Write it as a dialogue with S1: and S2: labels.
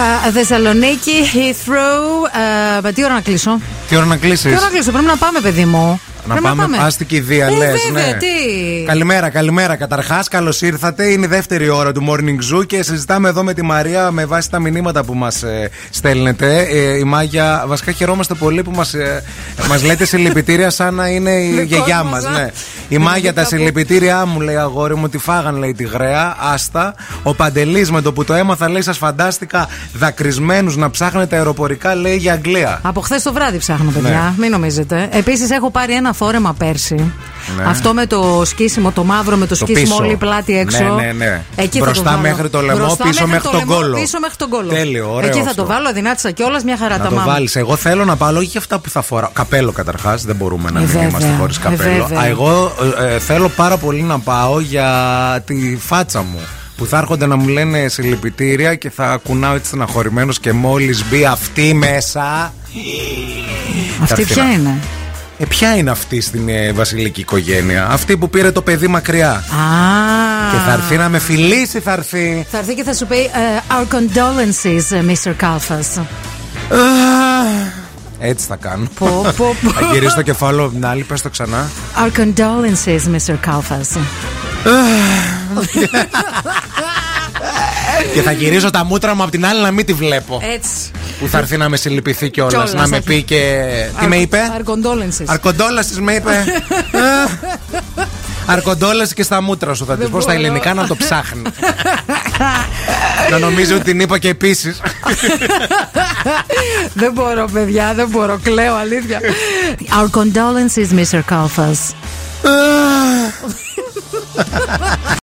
S1: Α, Θεσσαλονίκη, Heathrow. Α, μα τι ώρα να κλείσω.
S2: Τι ώρα να κλείσεις.
S1: Τι ώρα να κλείσω, πρέπει να πάμε, παιδί μου.
S2: Να
S1: Πρέπει
S2: πάμε, άστικη ναι. βία,
S1: Ε,
S2: λες.
S1: βέβαια, τι.
S2: Καλημέρα, καλημέρα. Καταρχάς, καλώς ήρθατε. Είναι η δεύτερη ώρα του Morning Zoo και συζητάμε εδώ με τη Μαρία με βάση τα μηνύματα που μας ε, στέλνετε. Ε, η Μάγια, βασικά χαιρόμαστε πολύ που μας μας λέτε συλληπιτήρια σαν να είναι η
S1: Δικός
S2: γιαγιά μας.
S1: μας, α.
S2: Ναι. Η
S1: Είναι
S2: Μάγια, τα
S1: κάπου.
S2: συλληπιτήριά μου, λέει αγόρι μου, τη φάγαν, λέει τη γραία. Άστα. Ο Παντελής με το που το έμαθα, λέει, σας φαντάστηκα δακρυσμένους να ψάχνετε αεροπορικά, λέει για Αγγλία.
S1: Από χθες το βράδυ ψάχνω, παιδιά.
S2: Ναι.
S1: Μην νομίζετε. Επίσης, έχω πάρει ένα φόρεμα πέρσι.
S2: Ναι.
S1: Αυτό με το σκίσιμο, το μαύρο με το,
S2: Το
S1: σκίσιμο
S2: πίσω.
S1: όλη η πλάτη έξω.
S2: Ναι, ναι, ναι.
S1: Εκεί θα
S2: Μπροστά
S1: το βάλω.
S2: μέχρι το λαιμό,
S1: Μπροστά
S2: πίσω μέχρι
S1: το
S2: τον
S1: λαιμό,
S2: κόλο.
S1: Πίσω μέχρι τον κόλο.
S2: Τέλειο, ωραίο
S1: Εκεί θα
S2: αυτό.
S1: το βάλω αδυνάτησα κιόλας μια χαρά
S2: Να
S1: τα
S2: το
S1: μάμ.
S2: βάλεις. Εγώ θέλω να πάω όχι για αυτά που θα φοράω. Καπέλο καταρχάς. Δεν μπορούμε να
S1: Ε,
S2: μην
S1: βέβαια.
S2: είμαστε χωρίς
S1: Ε,
S2: καπέλο.
S1: βέβαια.
S2: Α, εγώ ε, ε, θέλω πάρα πολύ να πάω για τη φάτσα μου. Που θα έρχονται να μου λένε συλληπιτήρια και θα κουνάω έτσι στεναχωρημένος και μόλις μπει αυτή μέσα.
S1: Αυτή
S2: Καρφινά.
S1: ποια είναι.
S2: Ε, ποια είναι αυτή στην ε, βασιλική οικογένεια, αυτή που πήρε το παιδί μακριά.
S1: Α.
S2: Και θα έρθει να με φιλήσει, θα έρθει.
S1: Θα έρθει και θα σου πει ε, Our condolences, ε, Mr. Kalfas.
S2: Α, Έτσι θα κάνω.
S1: Πω, πω, πω.
S2: Θα γυρίσω το κεφάλαιο από την άλλη, πες το ξανά.
S1: Our condolences, Mr. Kalfas.
S2: Και θα γυρίζω τα μούτρα μου από την άλλη να μην τη βλέπω.
S1: Έτσι.
S2: Που θα έρθει να με συλληπιθεί κιόλας.
S1: Ε. Κιόλας,
S2: Να με
S1: έχει.
S2: πει και. Τι
S1: Our-
S2: με είπε.
S1: Our condolences.
S2: Αρκοντόλαση με είπε. Αρκοντόλαση και στα μούτρα σου θα τη
S1: Δεν
S2: πω στα
S1: μπορώ.
S2: ελληνικά να το ψάχνει. να νομίζει ότι την είπα και επίσης.
S1: δεν μπορώ, παιδιά, δεν μπορώ. Κλαίω, αλήθεια. Ε. Our condolences, Mr. Kalfas.